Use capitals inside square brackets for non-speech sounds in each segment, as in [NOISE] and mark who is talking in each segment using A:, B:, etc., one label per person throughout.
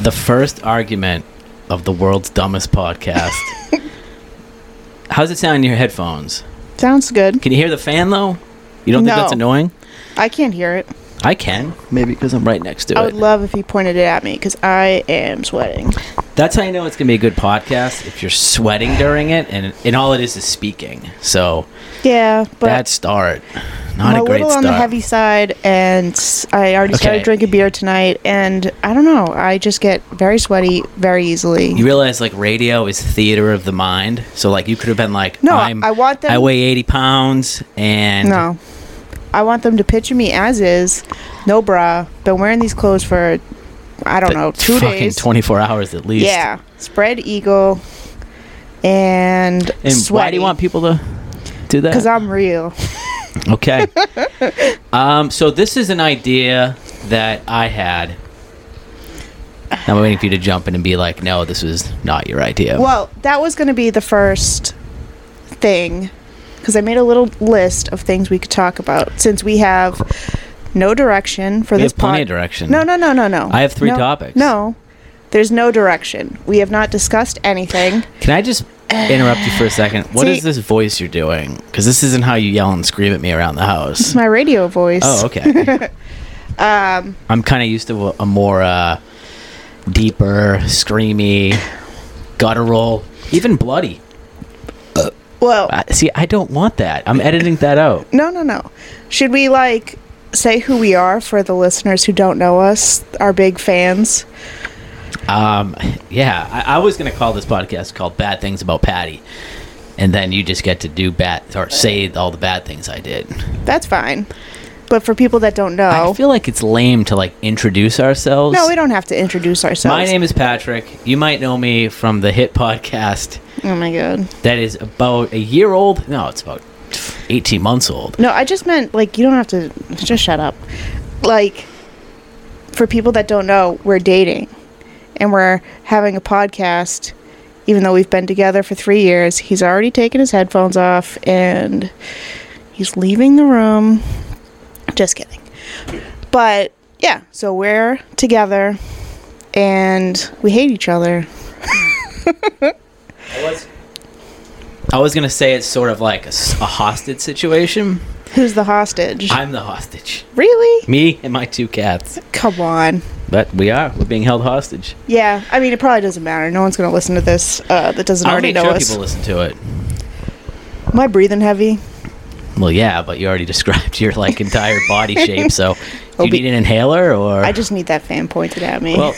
A: the first argument of the world's dumbest
B: [LAUGHS]
A: podcast. How's it sound in your headphones?
B: Sounds good.
A: Can you hear the fan though? You don't think that's
B: No.
A: annoying?
B: I can't hear it.
A: I can. Maybe because I'm right next to
B: I
A: it.
B: would love if he pointed it at me because I am sweating.
A: That's how you know it's gonna be a good podcast if you're sweating during it, and and all it is is speaking. So
B: Yeah, but
A: bad start, not
B: I'm
A: a
B: a
A: great
B: little on
A: start.
B: the heavy side, and s- I already
A: Okay.
B: started drinking beer tonight, and I don't know. I just get very sweaty very easily.
A: you realize like radio is theater of the mind. So like you could have been like,
B: No,
A: I'm,
B: I want them-
A: I weigh 80 pounds, and
B: no, I want them to picture me as is, no bra. Been wearing these clothes for I don't
A: th-
B: know two
A: fucking
B: days.
A: 24 hours at least.
B: yeah, spread eagle, and,
A: And why do you want people to do that?
B: Because I'm real. [LAUGHS]
A: Okay. um, so this is an idea that I had. I'm waiting for you to jump in and be like, "No, this was not your idea."
B: Well, that was going to be the first thing because I made a little list of things we could talk about since we have no direction for
A: we
B: this
A: have plenty
B: pod-
A: of direction.
B: No, no, no, no, no.
A: I have three
B: No,
A: topics.
B: No. There's no direction. We have not discussed anything.
A: Can I just interrupt you for a second? What is
B: See-
A: this voice you're doing? Because this isn't how you yell and scream at me around the house.
B: [LAUGHS] It's my radio voice.
A: Oh, okay.
B: [LAUGHS] Um,
A: I'm kind of used to a, a more uh, deeper, screamy, guttural, even bloody.
B: well,
A: I, see, I don't want that. I'm editing that out.
B: no, no, no. Should we like say who we are for the listeners who don't know us, our big fans?
A: Um, yeah, I, I was gonna call this podcast called "Bad Things About Patty," and then you just get to do bad or say all the bad things I did.
B: That's fine. But for people that don't know,
A: I feel like it's lame to like introduce ourselves.
B: Oh. no, we don't have to introduce ourselves.
A: My name is Patrick. You might know me from the hit podcast
B: Oh my god.
A: that is about a year old. No, it's about eighteen months old.
B: No, I just meant like you don't have to just shut up. Like for people that don't know, we're dating and we're having a podcast even though we've been together for 3 years. He's already taken his headphones off and he's leaving the room. Just kidding. But yeah, so we're together and we hate each other.
A: I was. I was gonna say it's sort of like a, s- a hostage situation.
B: Who's the hostage?
A: I'm the hostage.
B: really?
A: Me and my two cats.
B: Come on.
A: But we are. We're being held hostage.
B: Yeah, I mean, it probably doesn't matter. No one's going to listen to this uh, that doesn't
A: I'll
B: already
A: make
B: know
A: sure
B: us.
A: people listen to it.
B: Am I breathing heavy?
A: Well, yeah, but you already [LAUGHS] described your like entire body shape,
B: [LAUGHS]
A: so do
B: It'll
A: you
B: be-
A: need an inhaler or?
B: I just need that fan pointed at me.
A: well, [LAUGHS] all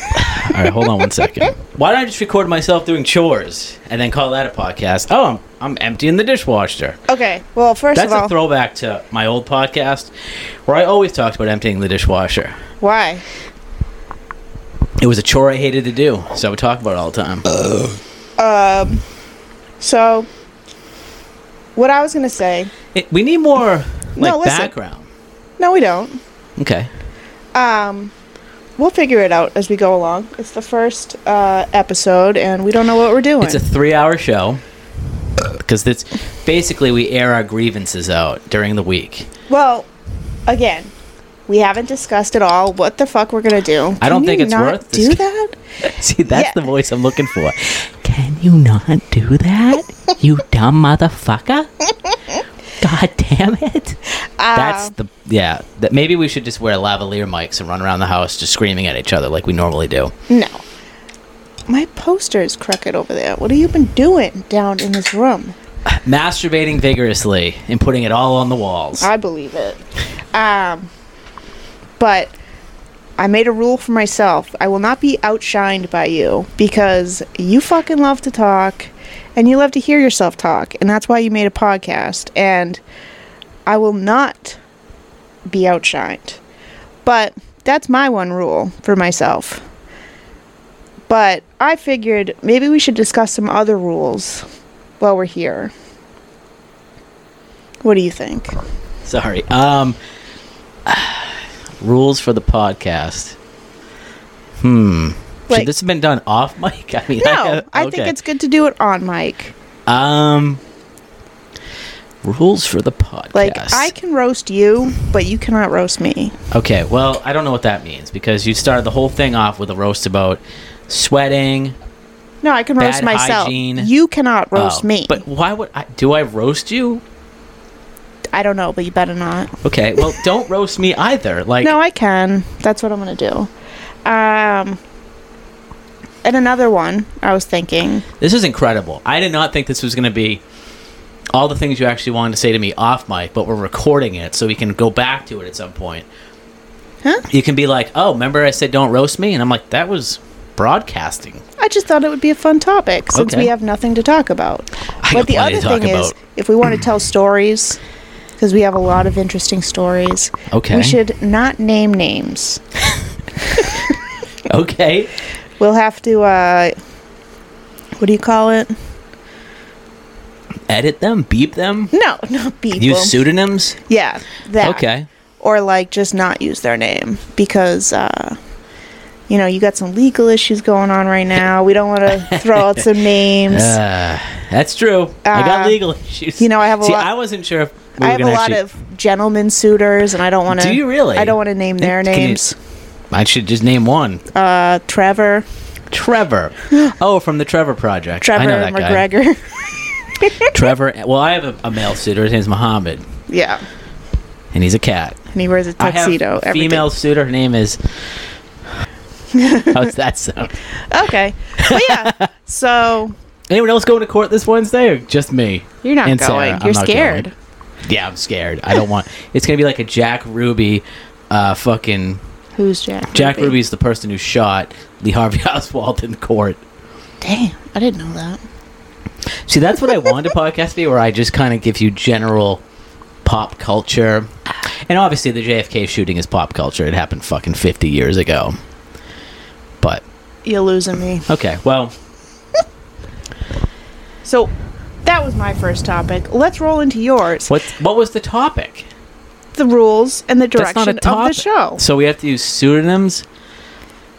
A: right, hold on one
B: [LAUGHS]
A: second. Why don't I just record myself doing chores and then call that a podcast? Oh, I'm, I'm emptying the dishwasher.
B: okay. Well, first
A: That's
B: of all,
A: a throwback to my old podcast where I always talked about emptying the dishwasher.
B: why?
A: It was a chore I hated to do, so I would talk about it all the time.
B: Uh, Um, so what I was going to say?
A: It- we need more like
B: No, listen.
A: background.
B: No, we don't.
A: Okay.
B: Um, we'll figure it out as we go along. It's the first uh, episode, and we don't know what we're doing.
A: It's a three-hour show because it's basically we air our grievances out during the week. [LAUGHS]
B: well, again, we haven't discussed at all what the fuck we're going to do.
A: I don't
B: Can
A: think
B: you
A: it's
B: not
A: worth
B: do
A: discuss-
B: that.
A: See, that's
B: Yeah.
A: the voice I'm looking for. Can you not do that, [LAUGHS] you dumb motherfucker? God damn it! That's
B: Um,
A: the yeah. That maybe we should just wear lavalier mics and run around the house just screaming at each other like we normally do.
B: No. My poster is crooked over there. What have you been doing down in this room?
A: Masturbating vigorously and putting it all on the walls.
B: I believe it. Um, but I made a rule for myself. I will not be outshined by you because you fucking love to talk and you love to hear yourself talk. And that's why you made a podcast. And I will not be outshined. But that's my one rule for myself. But I figured maybe we should discuss some other rules while we're here. What do you think?
A: [LAUGHS] Sorry. Um, [SIGHS] rules for the podcast. Hmm.
B: Like-
A: Should this have been done off [LAUGHS] mic? I mean,
B: No, I think
A: okay.
B: it's good to do it on mic.
A: um rules for the podcast.
B: Like I can roast you, but you cannot roast me.
A: okay. Well, I don't know what that means because you started the whole thing off with a roast about sweating.
B: No, I can roast
A: Bad
B: myself.
A: hygiene.
B: You cannot roast
A: Oh,
B: me.
A: But why would I? Do I roast you?
B: I don't know, but you better not.
A: Okay. Well, don't roast me either. Like,
B: no, I can. That's what I'm gonna do. Um, and another one I was thinking.
A: this is incredible. I did not think this was going to be all the things you actually wanted to say to me off mic, but we're recording it so we can go back to it at some point.
B: Huh?
A: You can be like, oh, remember I said don't roast me? And I'm like, that was broadcasting.
B: I just thought it would be a fun topic since
A: Okay.
B: we have nothing to talk about.
A: I got
B: but the
A: plenty
B: other
A: to talk
B: thing is,
A: about.
B: if we want
A: [CLEARS THROAT]
B: to tell stories, because we have a lot of interesting stories,
A: Okay.
B: we should not name names.
A: [LAUGHS] Okay.
B: We'll have to, uh, what do you call it?
A: Edit them, beep them,
B: No, [LAUGHS] not people.
A: use pseudonyms.
B: yeah, that.
A: Okay.
B: Or like just not use their name because, uh, you know, you got some legal issues going on right now. We don't
A: [LAUGHS]
B: want to throw out some names.
A: Uh, that's true. I got
B: Uh,
A: legal [LAUGHS] issues.
B: you know, I have a
A: See,
B: lot-
A: I wasn't sure if we
B: I
A: were
B: have a
A: gonna
B: lot
A: actually-
B: of gentlemen suitors, and I don't want to.
A: Do you really?
B: I don't want to name their
A: Can you-
B: names.
A: I should just name one.
B: Uh, Trevor, [GASPS]
A: Trevor. Oh, from the Trevor Project.
B: Trevor
A: I know that guy.
B: McGregor. [LAUGHS]
A: Trevor. Well, I have a, a male suitor. His name's Mohammed,
B: yeah,
A: and he's a cat.
B: and he wears a
A: I have
B: tuxedo.
A: a
B: everything.
A: female suitor. Her name
B: [LAUGHS]
A: is. How's that sound?
B: Okay, but
A: [LAUGHS]
B: yeah. So
A: Anyone else going to court this Wednesday, or just me?
B: you're not
A: And Sarah,
B: going.
A: I'm
B: you're
A: not
B: scared.
A: going. Yeah, I'm scared. I don't
B: [LAUGHS]
A: want. It's gonna be like a Jack Ruby, uh, fucking
B: Who's Jack?
A: Jack Ruby's the person who shot Lee Harvey [LAUGHS] Oswald in court.
B: Damn, I didn't know that.
A: See, that's what I wanted a podcast to be, where I just kind of give you general pop culture. And obviously, the JFK shooting is pop culture. It happened fucking 50 years ago. But,
B: You're losing me.
A: okay, well,
B: So that was my first topic. Let's roll into yours.
A: what, what was the topic?
B: The rules and the direction of the show.
A: So we have to use pseudonyms? Um,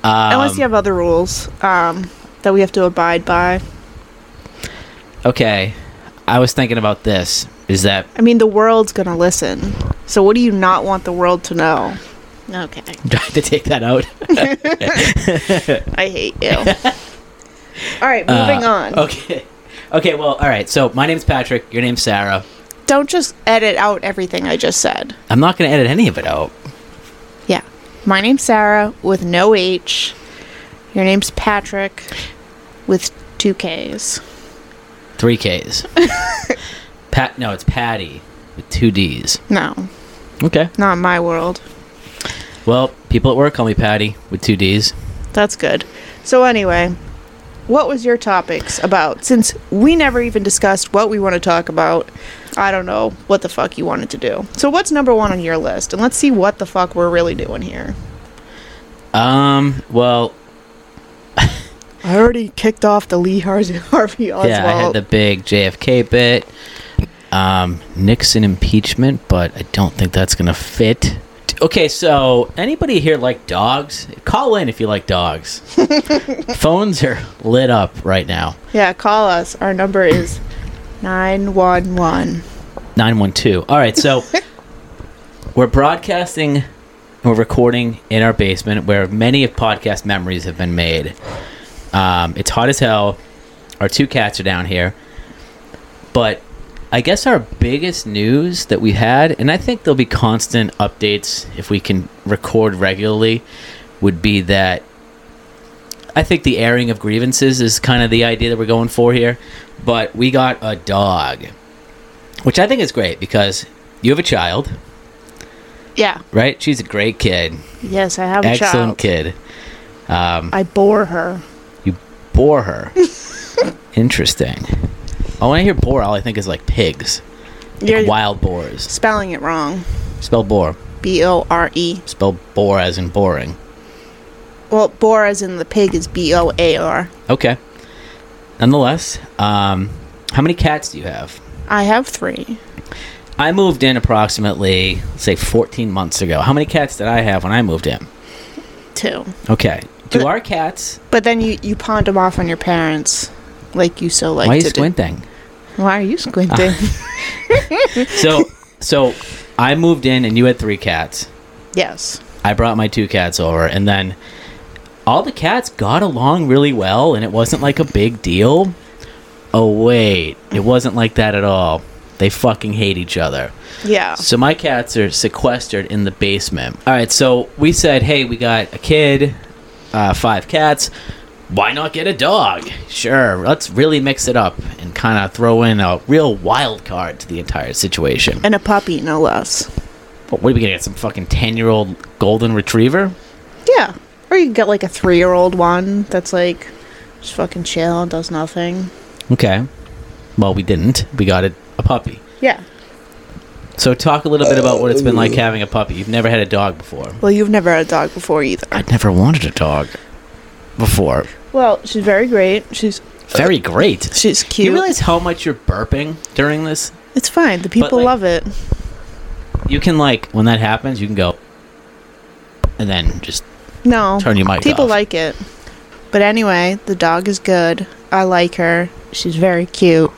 B: Oh. Unless you have other rules um, that we have to abide by.
A: Okay, I was thinking about this. Is that [LAUGHS]
B: I mean, the world's gonna listen. So what do you not want the world to know? Okay.
A: do I have to take that out?
B: I hate
A: [LAUGHS]
B: you. all right, moving
A: Uh,
B: on.
A: Okay. Okay, well, all right. So my name's Patrick. Your name's Sarah.
B: Don't just edit out everything I just said.
A: I'm not going to edit any of it out.
B: Yeah. My name's Sarah with no H. Your name's Patrick with two K's.
A: Three Ks. Pat. No, it's Patty with two Ds.
B: No,
A: Okay.
B: not in my world.
A: Well, people at work call me Patty with two Ds.
B: That's good. So anyway, what was your topics about? Since we never even discussed what we want to talk about, I don't know what the fuck you wanted to do. So what's number one on your list? And let's see what the fuck we're really doing here.
A: Um. Well,
B: I already kicked off the Lee Harvey, [LAUGHS] Harvey Oswald.
A: yeah, I had the big JFK bit. Um, Nixon impeachment, but I don't think that's gonna fit. Okay, so anybody here like dogs? Call in if you like dogs. Phones are lit up right now.
B: yeah, call us. Our number is nine one one.
A: 912. All right, so we're broadcasting, we're recording in our basement where many of podcast memories have been made. Um, it's hot as hell. Our two cats are down here. But I guess our biggest news that we had, and I think there'll be constant updates if we can record regularly, would be that I think the airing of grievances is kind of the idea that we're going for here. But we got a dog which I think is great because you have a child,
B: Yeah.
A: right? She's a great kid,
B: Yes, I have a
A: excellent
B: child.
A: kid. Um,
B: I bore her.
A: you bore
B: [LAUGHS]
A: her. Interesting. Oh, when I hear bore, all I think is like pigs, like
B: You're
A: wild boars.
B: spelling it wrong.
A: Spell bore.
B: B O R E.
A: Spell bore as in boring.
B: Well, bore as in the pig is B O A R.
A: Okay. Nonetheless, um, how many cats do you have?
B: I have three.
A: I moved in approximately, say, 14 months ago. How many cats did I have when I moved in?
B: Two.
A: Okay. Do
B: But-
A: our cats?
B: But then you, you pawned them off on your parents, like you so like
A: Why are you Ah.
B: to
A: squinting?
B: do. Why are you squinting?
A: so so I moved in and you had three cats.
B: [LAUGHS] yes.
A: I brought my two cats over and then all the cats got along really well and it wasn't like a big deal. Oh, wait. It wasn't like that at all. They fucking hate each other.
B: Yeah.
A: So my cats are sequestered in the basement. All right, so we said, hey, we got a kid, uh, five cats. Why not get a dog? Sure, let's really mix it up and kind of throw in a real wild card to the entire situation.
B: And a puppy, no less.
A: But what are we gonna get? Some fucking ten-year-old golden retriever?
B: Yeah. Or you can get like a three year old one that's like just fucking chill, does nothing.
A: Okay. Well, we didn't. We got a, a puppy.
B: Yeah.
A: So talk a little bit about what it's been like having a puppy. You've never had a dog before.
B: Well, you've never had a dog before either.
A: I'd never wanted a dog before.
B: Well, she's very great. She's
A: Very great.
B: she's
A: Do
B: cute.
A: you realize how much you're burping during this?
B: it's fine. The people
A: like-
B: love it.
A: You can like when that happens, you can go and then just
B: No.
A: turn your mic
B: People
A: off.
B: like it. But anyway, the dog is good. I like her. She's very cute.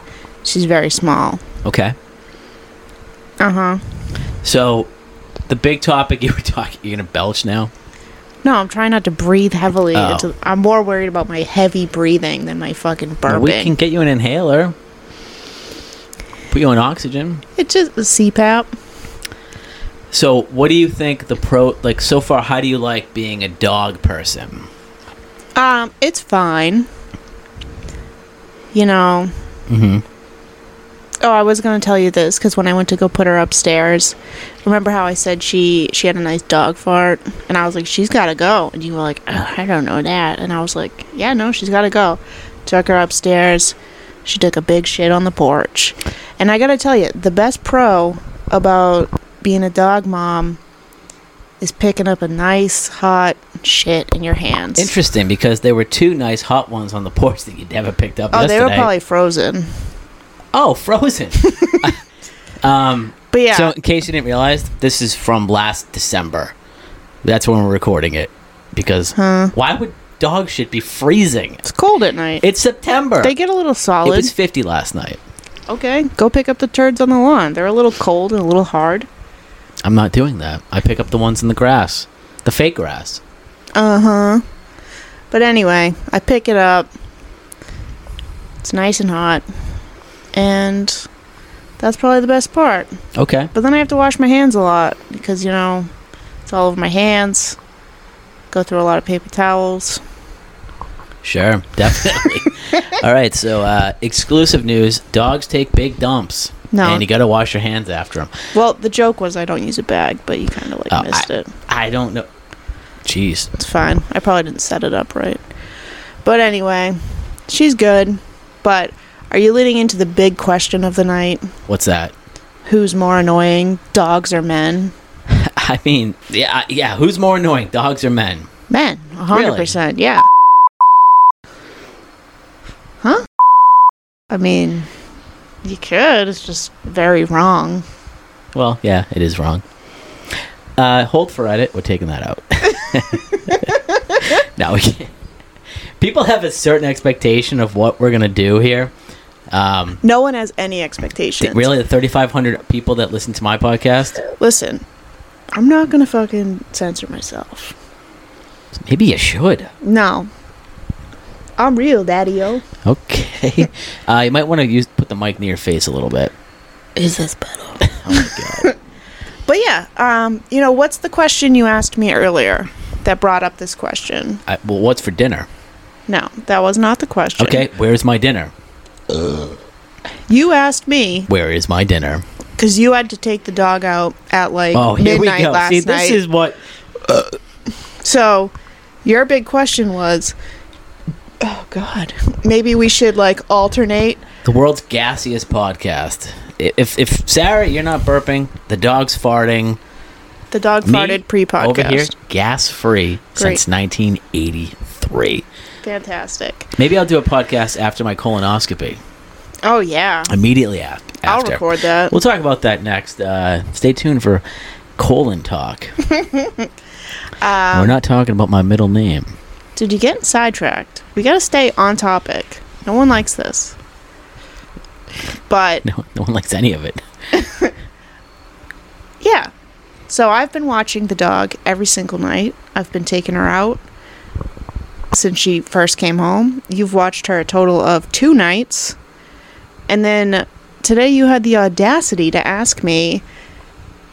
B: She's very small.
A: okay.
B: Uh huh.
A: So the big topic [LAUGHS] you were talking you're gonna belch now?
B: No, I'm trying not to breathe heavily.
A: Oh.
B: It's- I'm more worried about my heavy breathing than my fucking burping.
A: We can get you an inhaler. Put you on oxygen.
B: It's just a CPAP.
A: So what do you think the pro like so far how do you like being a dog person?
B: Um, it's fine. You know.
A: Mhm.
B: Oh, I was gonna tell you this because when I went to go put her upstairs, remember how I said she she had a nice dog fart, and I was like, she's gotta go, and you were like, "Ugh, I don't know that, and I was like, yeah, no, she's gotta go. Took her upstairs. She took a big shit on the porch, and I gotta tell you, the best pro about being a dog mom is picking up a nice hot shit in your hands.
A: Interesting because there were two nice hot ones on the [LAUGHS] porch that you never picked up
B: Oh,
A: yesterday.
B: they were probably frozen.
A: oh,
B: [LAUGHS]
A: frozen. um
B: But yeah,
A: So, in case you didn't realize, this is from last December. That's when we're recording it. Because
B: Huh.
A: why would dog shit be freezing?
B: it's cold at night.
A: It's September.
B: they get a little
A: it
B: solid.
A: was 50 last night.
B: okay, go pick up the turds on the lawn. They're a little cold and a little hard.
A: I'm not doing that. I pick up the ones in the grass, the fake grass.
B: Uh huh. But anyway, I pick it up. It's nice and hot, and that's probably the best part.
A: Okay.
B: But then I have to wash my hands a lot because you know it's all over my hands. Go through a lot of paper towels.
A: Sure. Definitely. All right. So, uh, exclusive news dogs take big dumps.
B: No.
A: And you got to wash your hands after them.
B: Well, the joke was I don't use a bag, but you kind of like
A: Oh,
B: missed it.
A: I don't know. Jeez.
B: It's fine. I probably didn't set it up right. But anyway, she's good. But are you leading into the big question of the night?
A: What's that? [LAUGHS]
B: Who's more annoying, dogs or men?
A: I mean, yeah, I- yeah. Who's more annoying, dogs or men?
B: Men, 100%. Yeah. Huh? I mean, you could. It's just very wrong.
A: Well, yeah, it is wrong. Uh, hold for edit. We're taking that out. [LAUGHS] no, we can't. People have a certain expectation of what we're gonna do here. Um,
B: No one has any
A: th-
B: expectations.
A: really, the 3,500 people that listen to my podcast,
B: Listen, I'm not going to fucking censor myself.
A: maybe you should.
B: No. I'm real, daddy o.
A: Okay,
B: [LAUGHS]
A: uh, you might want to use put the mic near your face a little bit.
B: Is this better?
A: Oh my god.
B: But yeah, um, you know, what's the question you asked me earlier that brought up this question?
A: I, well, what's for dinner?
B: No, that was not the question.
A: Okay, where's my dinner?
B: You asked me
A: Where is my dinner?
B: because you had to take the dog out at like
A: Oh, here we
B: midnight
A: go.
B: last
A: See, this
B: night.
A: is what
B: so your big question was, oh God, maybe we should like alternate.
A: The world's gassiest podcast. I- If if Sarah, you're not burping, the dog's farting.
B: The dog
A: Me,
B: farted pre-podcast.
A: Over here, gas free since
B: Great.
A: 1983.
B: Fantastic.
A: Maybe I'll do a podcast after my colonoscopy.
B: Oh yeah,
A: Immediately af- after.
B: I'll record that.
A: We'll talk about that next. Uh, stay tuned for colon talk. We're not talking about my middle name.
B: Uh, Did you get sidetracked? We gotta stay on topic. No one likes this.
A: [LAUGHS]
B: But
A: No, no one likes any of it.
B: yeah. So I've been watching the dog every single night. I've been taking her out. since she first came home. You've watched her a total of two nights. And then today you had the audacity to ask me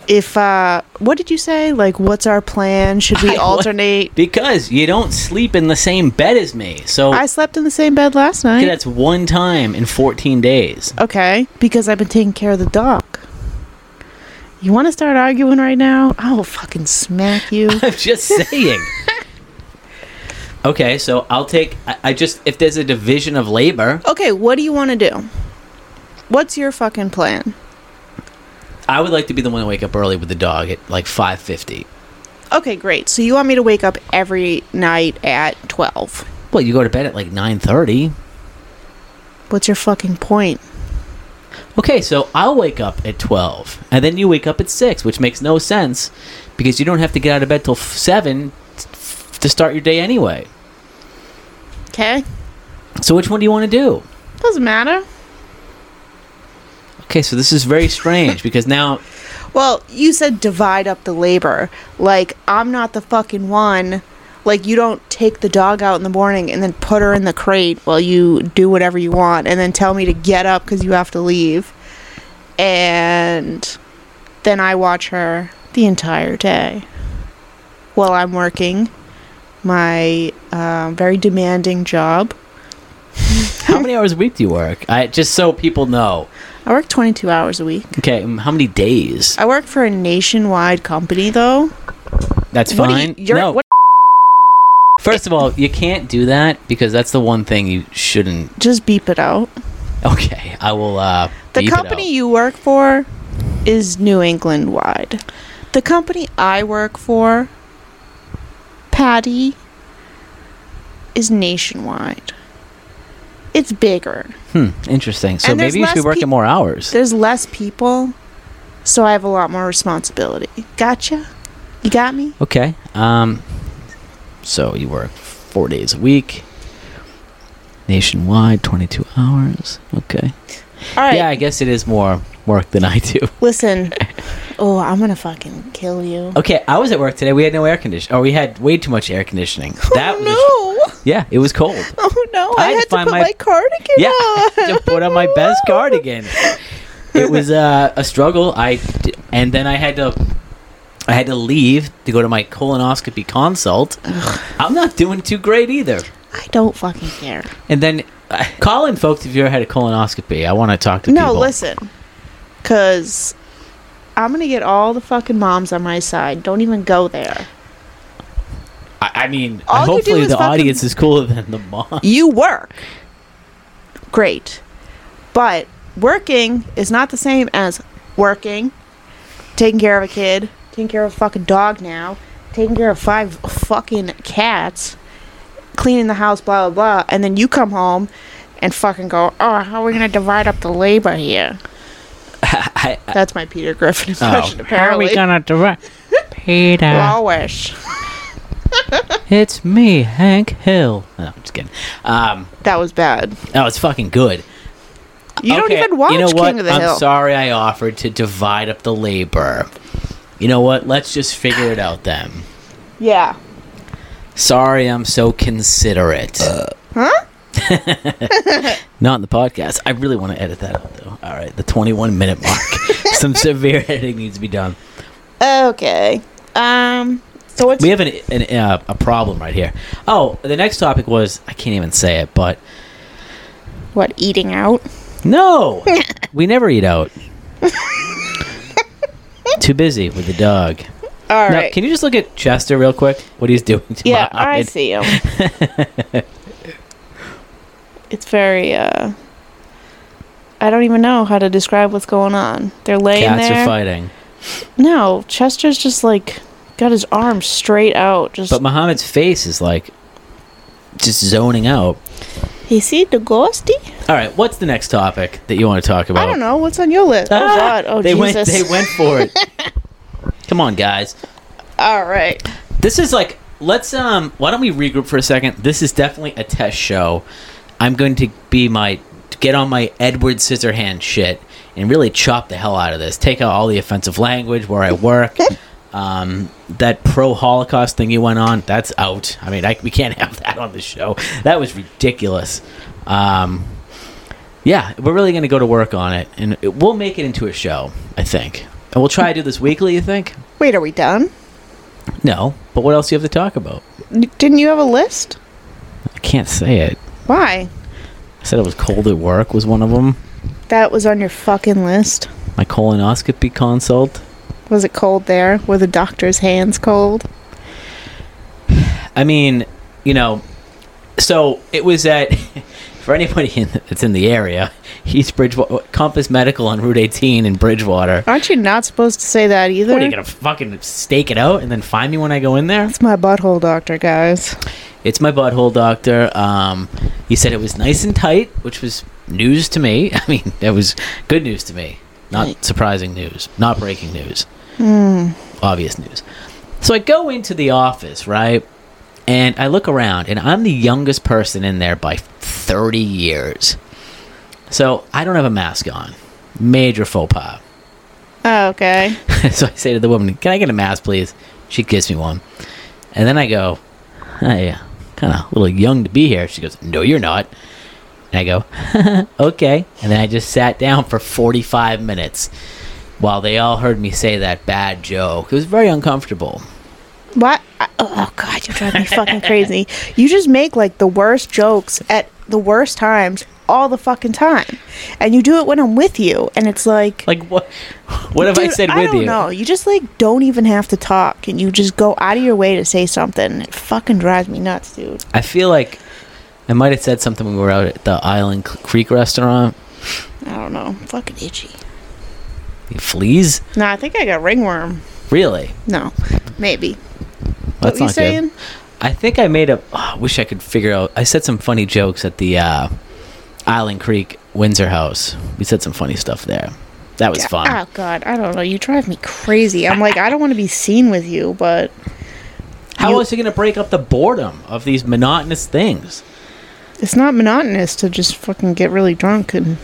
B: if uh what did you say? Like what's our plan? Should we
A: I- what-
B: alternate?
A: Because you don't sleep in the same bed as me. So
B: I slept in the same bed last
A: okay,
B: night.
A: that's one time in 14 days. [LAUGHS]
B: Okay, because I've been taking care of the dog. You want to start arguing right now? I will fucking smack you.
A: I'm just saying. okay, so I'll take. I, I just if there's a division of labor,
B: Okay, what do you want to do? What's your fucking plan?
A: I would like to be the one to wake up early with the dog at like 5:50.
B: Okay, great. So you want me to wake up every night at 12.
A: Well, you go to bed at like 9:30.
B: What's your fucking point?
A: Okay, so I'll wake up at 12, and then you wake up at 6, which makes no sense because you don't have to get out of bed till f- 7 t- f- to start your day anyway.
B: Okay?
A: So which one do you want to do?
B: Doesn't matter.
A: Okay, so this is very strange because now
B: Well, you said divide up the labor. Like, I'm not the fucking one. Like, you don't take the dog out in the morning and then put her in the crate while you do whatever you want and then tell me to get up because you have to leave. And then I watch her the entire day while I'm working my um, very demanding job.
A: how many hours a week do you work? I just so people know.
B: I work 22 hours a week.
A: Okay, um, how many days?
B: I work for a nationwide company, though.
A: That's
B: What do
A: fine.
B: you- you're-
A: no,
B: what-
A: first of all, you can't do that because that's the one thing you shouldn't.
B: Just beep it out.
A: Okay, I will. uh
B: The
A: beep it
B: company
A: out.
B: you work for is New England wide. The company I work for, Patty, is nationwide. It's bigger.
A: Hmm, interesting. So
B: And there's
A: maybe you should be
B: less
A: working
B: peop-
A: more hours.
B: There's less people, so I have a lot more responsibility. Gotcha? You got me?
A: Okay. Um, so you work four days a week, nationwide, 22 hours. Okay.
B: All right.
A: Yeah, I guess it is more work than I do.
B: Listen. Oh, I'm going to fucking kill you.
A: Okay, I was at work today. We had no air conditioning. Or we had way too much air conditioning. That
B: oh,
A: was
B: no. [LAUGHS]
A: yeah, it was cold.
B: Oh, no. I,
A: I had to
B: had to
A: find
B: put
A: my-
B: my, cardigan
A: Yeah,
B: on. [LAUGHS]
A: to put on my best cardigan. It was uh, a struggle. I d- and then I had to I had to leave to go to my colonoscopy consult. I'm not doing too great either.
B: I don't fucking care.
A: And then uh, call in, folks, if you ever had a colonoscopy. I want to talk to
B: no,
A: people.
B: listen. Because I'm going to get all the fucking moms on my side. Don't even go there.
A: I, I mean,
B: All you do
A: hopefully
B: is
A: the
B: fucking-
A: audience is cooler than the mom. [LAUGHS]
B: You work. Great. But working is not the same as working, taking care of a kid, taking care of a fucking dog now, taking care of five fucking cats, cleaning the house, blah, blah, blah. And then you come home and fucking go, oh, how are we going to divide up the labor [LAUGHS] here?
A: I, I,
B: That's my Peter Griffin impression,
C: How are
B: apparently.
C: we gonna direct? Peter.
B: Always.
A: it's me, Hank Hill. No, I'm just kidding. Um,
B: That was bad.
A: no, it's fucking good.
B: You don't
A: Okay,
B: even watch
A: you know
B: King
A: what?
B: of the
A: I'm
B: Hill.
A: sorry I offered to divide up the labor. You know what? Let's just figure it out then.
B: Yeah.
A: Sorry I'm so considerate. Huh? [LAUGHS] Not in the podcast. I really want to edit that out, though. All right, the 21 minute mark.
B: [LAUGHS]
A: Some severe editing needs to be done.
B: Okay. Um. So what's
A: We have an, an uh, a problem right here. Oh, the next topic was I can't even say it, but
B: what eating out? [LAUGHS]
A: no, we never eat out. Too busy with the dog.
B: All right.
A: Now, can you just look at Chester real quick? What he's [LAUGHS] doing to
B: yeah,
A: my
B: I
A: eye. [LAUGHS]
B: see him. it's very. uh I don't even know how to describe what's going on. They're laying
A: Cats
B: there.
A: are fighting.
B: No, Chester's just like got his arm straight out. Just
A: But Muhammad's face is like just zoning out.
B: he see the ghosty.
A: All right, what's the next topic that you want to talk about?
B: I don't know what's on your list. Oh
A: Ah,
B: God! Oh
A: they went.
B: Jesus!
A: They went for
B: [LAUGHS]
A: it. Come on, guys.
B: All right.
A: This is like. Let's um. Why don't we regroup for a second? This is definitely a test show. I'm going to be my get on my Edward Scissorhand shit and really chop the hell out of this. Take out all the offensive language where I work. Um, that pro Holocaust thing you went on, that's out. I mean, I, we can't [LAUGHS] have that on the show. That was ridiculous. Um, yeah, we're really going to go to work on it, and it, we'll make it into a show, I think. And we'll try to do this weekly, you think?
B: Wait, are we done?
A: No. But what else do you have to talk about?
B: N- Didn't you have a list?
A: I can't say it.
B: Why?
A: I said it was cold at work, was one of them.
B: That was on your fucking list.
A: My colonoscopy consult.
B: Was it cold there? Were the doctor's hands cold?
A: I mean, you know, so it was at [LAUGHS] for anybody in the, that's in the area, [LAUGHS] East Bridgewater Compass Medical on Route 18 in Bridgewater.
B: Aren't you not supposed to say that either?
A: What are you gonna fucking stake it out and then find me when I go in there?
B: That's my butthole doctor, guys.
A: It's my butthole doctor. Um, he said it was nice and tight, which was news to me. [LAUGHS] I mean, that was good news to me. Not
B: Right.
A: surprising news. Not breaking news.
B: Hmm.
A: obvious news. So I go into the office, right? And I look around, and I'm the youngest person in there by 30 years. So I don't have a mask on. Major faux pas.
B: Oh, okay.
A: [LAUGHS] so I say to the woman, Can I get a mask, please? She gives me one. And then I go, Hey, uh, kind of a little young to be here. She goes, No, you're not. And I go, [LAUGHS] Okay. And then I just sat down for 45 minutes while they all heard me say that bad joke. It was very uncomfortable.
B: What? I- Oh God, you drive me fucking crazy. You just make like the worst jokes at the worst times all the fucking time, and you do it when I'm with you, and it's like.
A: Like what? [LAUGHS] What have I
B: Dude,
A: said with
B: I don't
A: you?
B: know. You just like don't even have to talk, and you just go out of your way to say something. It fucking drives me nuts, dude.
A: I feel like I might have said something when we were out at the Island C- Creek restaurant.
B: I don't know. fucking itchy.
A: Fleas?
B: No, I think I got ringworm.
A: Really?
B: No, maybe.
A: That's
B: what you
A: not
B: saying?
A: good. I think I made a. oh, I wish I could figure out. I said some funny jokes at the uh, Island Creek Windsor House. We said some funny stuff there. That was fun.
B: Oh God, I don't know. You drive me crazy. I'm like, I don't want to be seen with you, but
A: How
B: you-
A: else are you going to break up the boredom of these monotonous things?
B: it's not monotonous to just fucking get really drunk and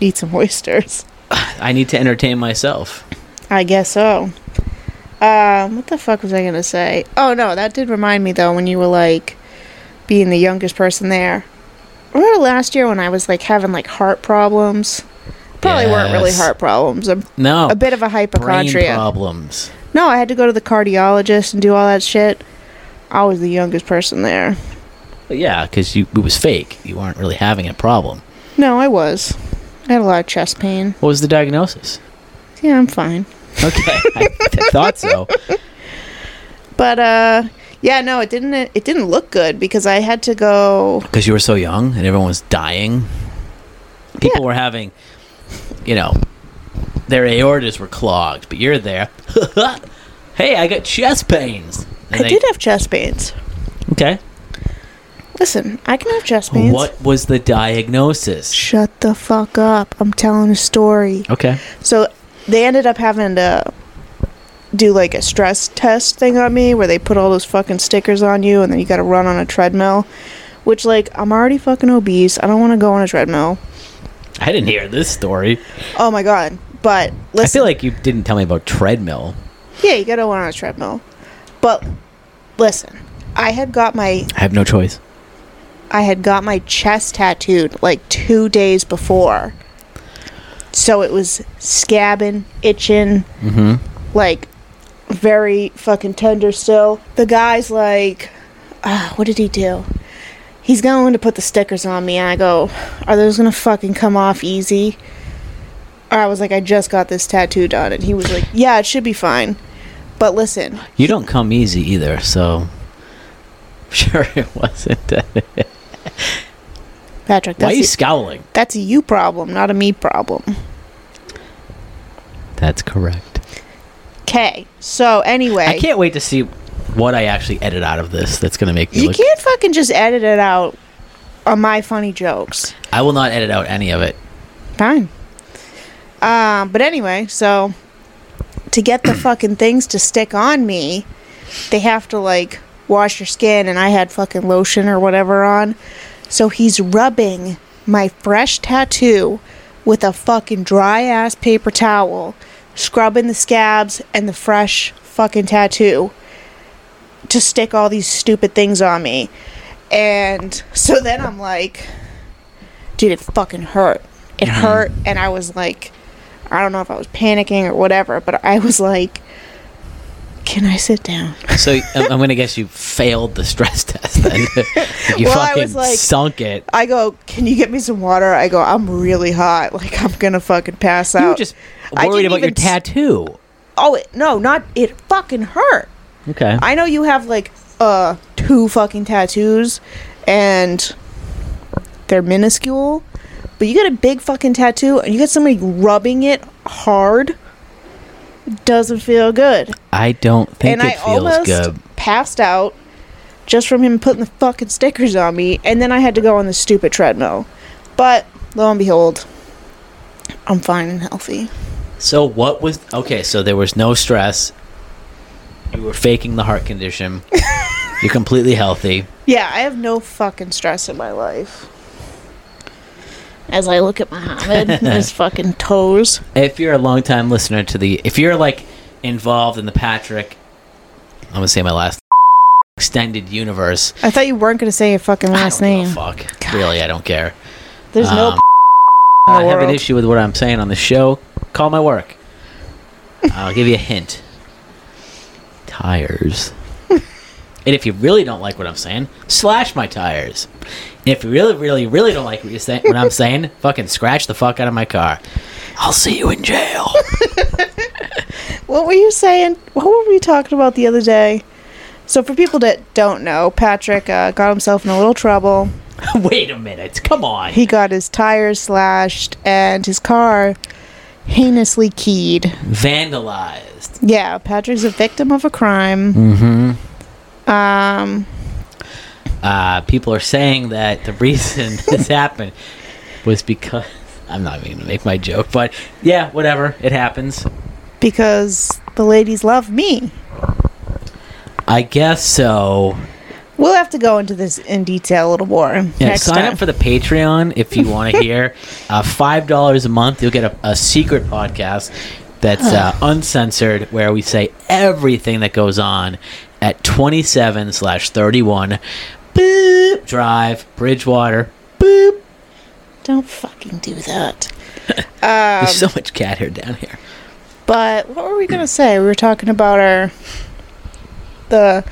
B: eat some oysters.
A: I need to entertain myself.
B: I guess so. Um, what the fuck was I gonna say? Oh no, that did remind me though when you were like being the youngest person there. Remember last year when I was like having like heart problems? Probably weren't really
A: Yes.
B: heart problems. I'm
A: No.
B: a bit of a
A: Oh, brain
B: hypochondriac.
A: problems.
B: No, I had to go to the cardiologist and do all that shit. I was the youngest person there.
A: But yeah, because you it was fake. You weren't really having a problem.
B: No, I was. I had a lot of chest pain.
A: What was the
B: [LAUGHS]
A: diagnosis?
B: Yeah, I'm fine.
A: Okay, I th- thought so.
B: But uh yeah, no, it didn't it didn't look good because I had to go
A: Because you were so young and everyone was dying. People
B: Yeah.
A: were having, you know, their aortas were clogged, but you're there. [LAUGHS] hey, I got chest pains. And
B: I
A: they-
B: did have chest pains.
A: Okay.
B: Listen, I can have chest pains.
A: What was the diagnosis?
B: Shut the fuck up. I'm telling a story.
A: Okay.
B: So they ended up having to do like a stress test thing on me where they put all those fucking stickers on you and then you gotta run on a treadmill. Which like I'm already fucking obese. I don't wanna go on a treadmill.
A: I didn't hear this story.
B: Oh my god. But
A: I
B: listen
A: feel like you didn't tell me about treadmill.
B: Yeah, you gotta run on a treadmill. But listen, I had got my
A: I have no choice.
B: I had got my chest tattooed like two days before. So it was scabbing, itching,
A: Mm-hmm.
B: like very fucking tender still. The guy's like, ah, what did he do? He's going to put the stickers on me, and I go, are those gonna fucking come off easy? Or I was like, I just got this tattoo done, and he was like, yeah, it should be fine. But listen,
A: You don't come easy either, so [LAUGHS] sure it wasn't.
B: Patrick,
A: Why are
B: that's,
A: you
B: a,
A: scowling?
B: that's a you problem, not a me problem.
A: That's correct.
B: Okay, so anyway.
A: I can't wait to see what I actually edit out of this. That's gonna make me
B: You
A: look.
B: can't fucking just edit it out on my funny jokes.
A: I will not edit out any of it.
B: Fine. Um, but anyway, so to get the fucking things to stick on me, they have to like wash your skin, and I had fucking lotion or whatever on. So he's rubbing my fresh tattoo with a fucking dry ass paper towel, scrubbing the scabs and the fresh fucking tattoo to stick all these stupid things on me. And so then I'm like, dude, it fucking hurt. It hurt. And I was like, I don't know if I was panicking or whatever, but I was like, can I sit down? [LAUGHS]
A: So I'm, I'm gonna guess you failed the stress [LAUGHS] test. Then Like, you
B: Well, I
A: fucking
B: was like-
A: sunk it.
B: I go, can you get me some water? I go, I'm really hot. Like, I'm going to fucking pass out.
A: You were just
B: I
A: worried
B: didn't
A: about your
B: even s-
A: tattoo.
B: Oh, it, no, not. It fucking hurt.
A: Okay.
B: I know you have like uh two fucking tattoos and they're minuscule, but you got a big fucking tattoo and you got somebody rubbing it hard. Doesn't feel good.
A: I don't think
B: and I
A: it feels
B: almost
A: good.
B: passed out just from him putting the fucking stickers on me and then I had to go on the stupid treadmill. But lo and behold, I'm fine and healthy.
A: So what was okay? So there was no stress. You were faking the heart
B: [LAUGHS]
A: condition. You're completely healthy.
B: Yeah, I have no fucking stress in my life. As I look at Muhammad
A: [LAUGHS]
B: and his fucking toes.
A: If you're a longtime listener to the, if you're like involved in the Patrick, I'm gonna say my last [LAUGHS] extended universe.
B: I thought you weren't going to say your fucking
A: I
B: last
A: don't give
B: name.
A: a fuck. Really, I don't care.
B: There's no.
A: Um,
B: in the
A: I have an
B: world.
A: issue with what I'm saying on the show. Call my work. I'll give you a hint.
B: [LAUGHS]
A: Tires. and if you really don't like what I'm saying, slash my tires. And if you really, really, really don't like what you're saying, what I'm
B: [LAUGHS]
A: saying, fucking scratch the fuck out of my car. I'll see you in
B: [LAUGHS]
A: jail.
B: [LAUGHS]
A: [LAUGHS]
B: What were you saying? What were we talking about the other day? So, for people that don't know, Patrick uh, got himself in a little trouble.
A: Wait a minute. Come on.
B: He got his tires slashed and his car heinously keyed.
A: Vandalized.
B: Yeah, Patrick's a victim of a crime.
A: Mm.
B: Um,
A: Uh, people are saying that the reason [LAUGHS] this happened was because I'm not even gonna make my joke, but yeah, whatever. It happens.
B: because the ladies love me.
A: I guess so.
B: We'll have to go into this in detail a little more
A: Yeah,
B: next
A: sign
B: time.
A: up for the Patreon if you want
B: [LAUGHS]
A: to hear. Uh, Five dollars a month, you'll get a, a secret podcast that's uh, uncensored, where we say everything that goes on at twenty-seven slash thirty-one Boop Drive, Bridgewater. Boop.
B: Don't fucking do
A: [LAUGHS]
B: that. Um,
A: There's so much cat hair down here.
B: But what were we gonna say? We were talking about our the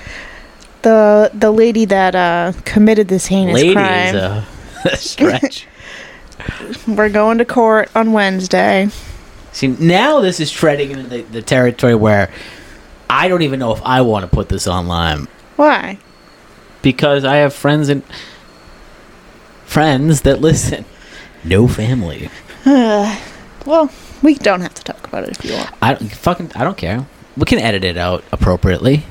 B: the the lady that uh, committed this heinous
A: Lady
B: crime.
A: is a, a uh, [LAUGHS] stretch. uh.
B: we're going to court on Wednesday.
A: See, now this is treading into the, the territory where I don't even know if I want to put this online.
B: Why?
A: because I have friends and friends that [LAUGHS] listen. No family.
B: [SIGHS] Well, we don't have to talk about it if you want.
A: I don't fucking. I don't care. We can edit it out appropriately.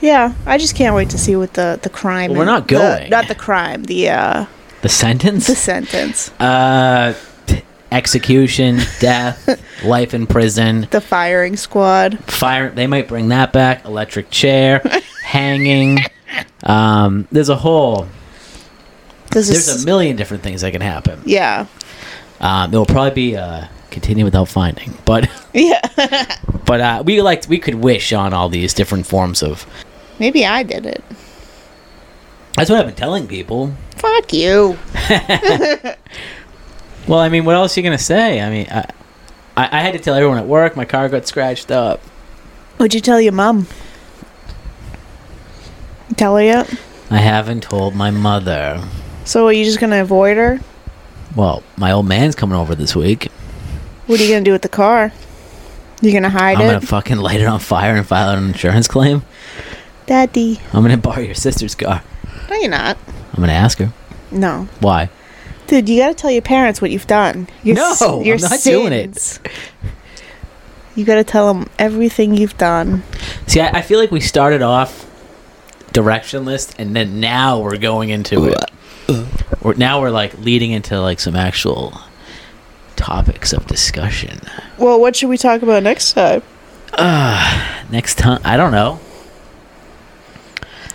B: Yeah, I just can't wait to see what the the crime.
A: Well, we're
B: and-
A: not
B: the-
A: going.
B: not the crime. The uh
A: The sentence,
B: the sentence.
A: uh, t- execution, death, life in prison,
B: The firing squad.
A: fire. They might bring that back. Electric chair, hanging. Um, there's a whole.
B: This
A: There's
B: is
A: a million different things that can happen.
B: yeah [LAUGHS]
A: Um, it will probably be uh, continue without finding, but [LAUGHS]
B: yeah.
A: but uh, we like we could wish on all these different forms of
B: Maybe I did it.
A: That's what I've been telling people.
B: Fuck you.
A: Well, I mean, what else are you gonna say? I mean, I, I, I had to tell everyone at work my car got scratched up.
B: What'd you tell your mom? Tell her yet?
A: I haven't told my mother.
B: So are you just gonna avoid her?
A: Well, my old man's coming over this week.
B: What are you gonna do with the car? You gonna hide
A: I'm
B: it,
A: gonna fucking [LAUGHS] light it on fire and file an insurance claim.
B: Daddy?
A: I'm gonna [LAUGHS] borrow your sister's car.
B: No, you're not.
A: I'm gonna ask her
B: No,
A: why.
B: dude, you gotta tell your parents what you've done. Your
A: No,
B: s-
A: I'm not doing it.
B: sins. You gotta tell them everything you've done.
A: See, I, I feel like we started off directionless, and then now we're going into it. We're, now we're like leading into like some actual topics of discussion. [SIGHS]
B: Well, what should we talk about next time?
A: Next time, I don't know.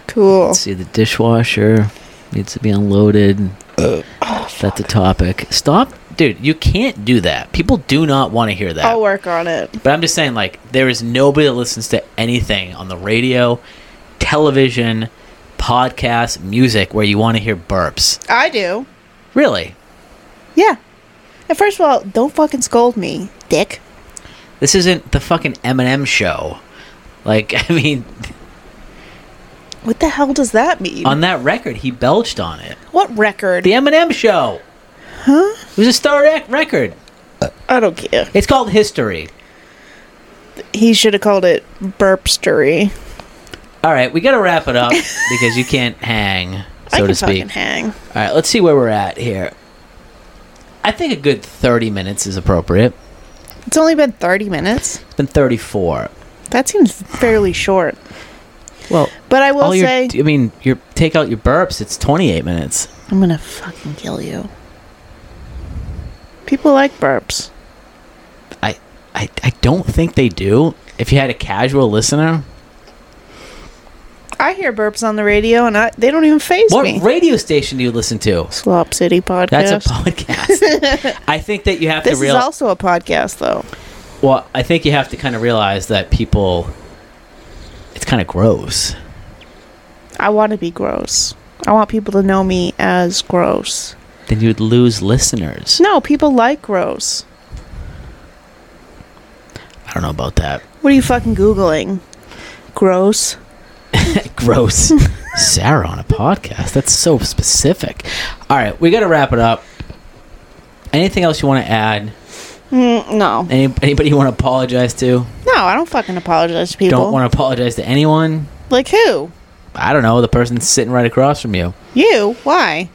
B: Cool.
A: Let's see, the dishwasher needs to be unloaded. That's a topic. Stop dude, you can't do that. People do not want to hear that.
B: I'll work on it.
A: But I'm just saying, like, there is nobody that listens to anything on the radio, television, podcast, music where you want to hear burps.
B: I do.
A: Really?
B: Yeah. And first of all, don't fucking scold me, dick.
A: This isn't the fucking Eminem show. Like, [LAUGHS] I mean,
B: What the hell does that mean?
A: on that record, he belched on it.
B: what record?
A: The Eminem show.
B: Huh?
A: It was a star rec- record.
B: I don't care.
A: It's called History.
B: He should have called it burpstery.
A: All right, we got to wrap
B: [LAUGHS]
A: it up because you can't hang,
B: I
A: so
B: can
A: to speak.
B: fucking hang.
A: All right, let's see where we're at here. I think a good 30 minutes is appropriate.
B: It's only been 30 minutes.
A: It's been 34.
B: That seems fairly short.
A: Well,
B: But I will
A: all your,
B: say,
A: I mean, your take out your burps, it's 28 minutes.
B: I'm gonna fucking kill you. People like burps.
A: I, I, I don't think they do. If you had a casual listener,
B: I hear burps on the radio, and I, they don't even phase
A: what
B: me.
A: radio station do you listen to?
B: Slop City podcast.
A: That's a
B: [LAUGHS]
A: podcast. I think that you have
B: this
A: to realize.
B: is also a podcast, though.
A: Well, I think you have to kind of realize that people. It's kind of gross.
B: I want to be gross. I want people to know me as gross.
A: Then you'd lose listeners.
B: No, people like gross.
A: I don't know about that. [LAUGHS]
B: What are you fucking googling? Gross. [LAUGHS]
A: gross. Sarah on a podcast. That's so specific. All right, we got to wrap it up. Anything else you want to add?
B: Mm, no,
A: Any, anybody you want to apologize to?
B: no, I don't fucking apologize to people.
A: Don't want to apologize to anyone?
B: like who?
A: I don't know. The person sitting right across from you.
B: You? Why?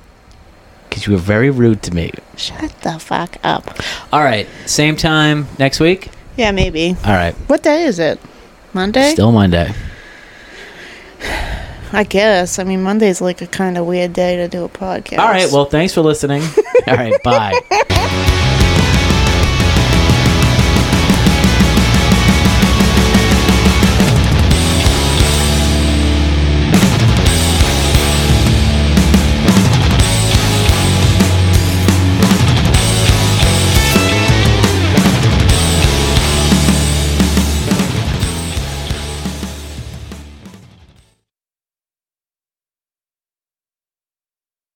A: Because you were very rude to me.
B: Shut the fuck up.
A: All right. Same time next week?
B: Yeah, maybe.
A: All right.
B: What day is it? Monday?
A: Still Monday.
B: I guess. I mean, Monday's like a kind of weird day to do a podcast.
A: All right. Well, thanks for listening. All right. Bye.